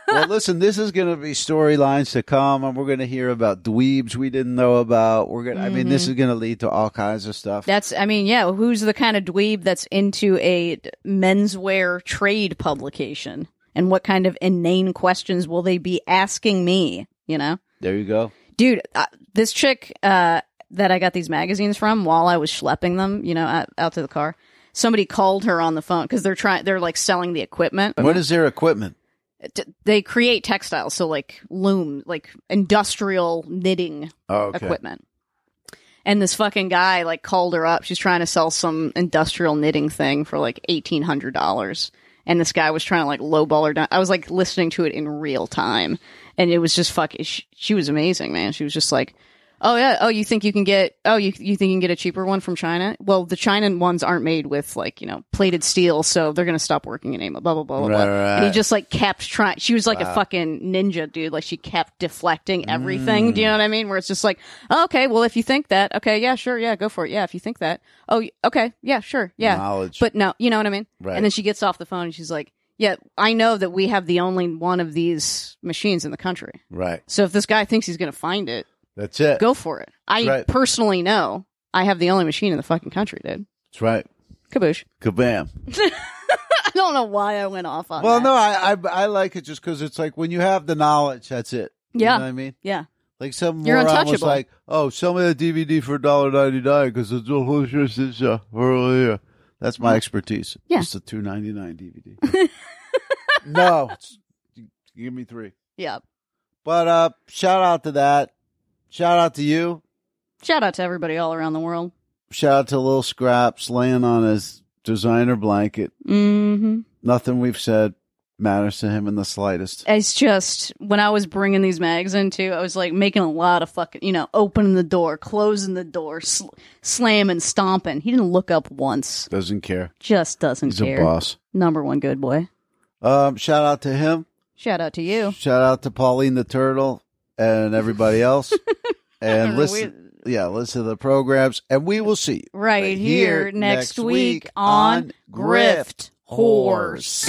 A: well, listen, this is going to be storylines to come, and we're going to hear about dweebs we didn't know about. We're going to I mean, this is going to lead to all kinds of stuff.
B: That's, I mean, Mm-hmm. yeah, who's the kind of dweeb that's into a d- menswear trade publication? And what kind of inane questions will they be asking me? You know?
A: there you go.
B: dude uh, this chick uh, that i got these magazines from while i was schlepping them you know out, out to the car somebody called her on the phone because they're trying they're like selling the equipment
A: What is their equipment?
B: D- they create textiles so like loom like industrial knitting
A: Oh,
B: equipment and this fucking guy like called her up she's trying to sell some industrial knitting thing for like $1800 and this guy was trying to like lowball her down i was like listening to it in real time and it was just fuck she, she was amazing man she was just like oh yeah oh you think you can get oh you, you think you can get a cheaper one from china well the china ones aren't made with like you know plated steel so they're gonna stop working in AMA, blah blah blah blah blah
A: Right, right.
B: and he just like kept trying she was like a fucking ninja dude like she kept deflecting
A: Mm.
B: everything do you know what i mean where it's just like oh, okay well if you think that okay yeah sure yeah go for it yeah if you think that oh y- okay yeah sure yeah
A: Knowledge.
B: but no you know what i mean
A: Right.
B: and then she gets off the phone and she's like yeah i know that we have the only one of these machines in the country
A: Right.
B: so if this guy thinks he's going to find it,
A: That's it.
B: go for it. I
A: Right.
B: personally know I have the only machine in the fucking country, dude.
A: That's right.
B: Kaboosh.
A: Kabam.
B: I don't know why I went off on
A: Well,
B: that.
A: no, I, I I like it just because it's like when you have the knowledge, that's it. You
B: Yeah.
A: know what I mean?
B: Yeah.
A: Like some
B: You're
A: moron was
B: untouchable.
A: like, "Oh, sell me that DVD for $1.99 because it's a whole shit, shit, shit, for a year." oh, That's my expertise.
B: Yeah.
A: it's a two ninety nine DVD. no, it's- give me three.
B: Yeah.
A: But uh, shout out to that. Shout out to you.
B: Shout out to everybody all around the world.
A: Shout out to Little Scraps laying on his designer blanket.
B: Mm-hmm.
A: Nothing we've said matters to him in the slightest.
B: It's just when I was bringing these mags in too, I was like making a lot of fucking, you know, opening the door, closing the door, sl- slamming, stomping. He didn't look up once.
A: Doesn't care.
B: Just doesn't
A: He's
B: care.
A: a boss.
B: Number one good boy.
A: Um, shout out to him.
B: Shout out to you.
A: Shout out to Pauline the Turtle and everybody else.
B: I
A: and
B: don't know,
A: listen, yeah, listen to the programs, and we will see you
B: right, here, next, week on Grift Horse.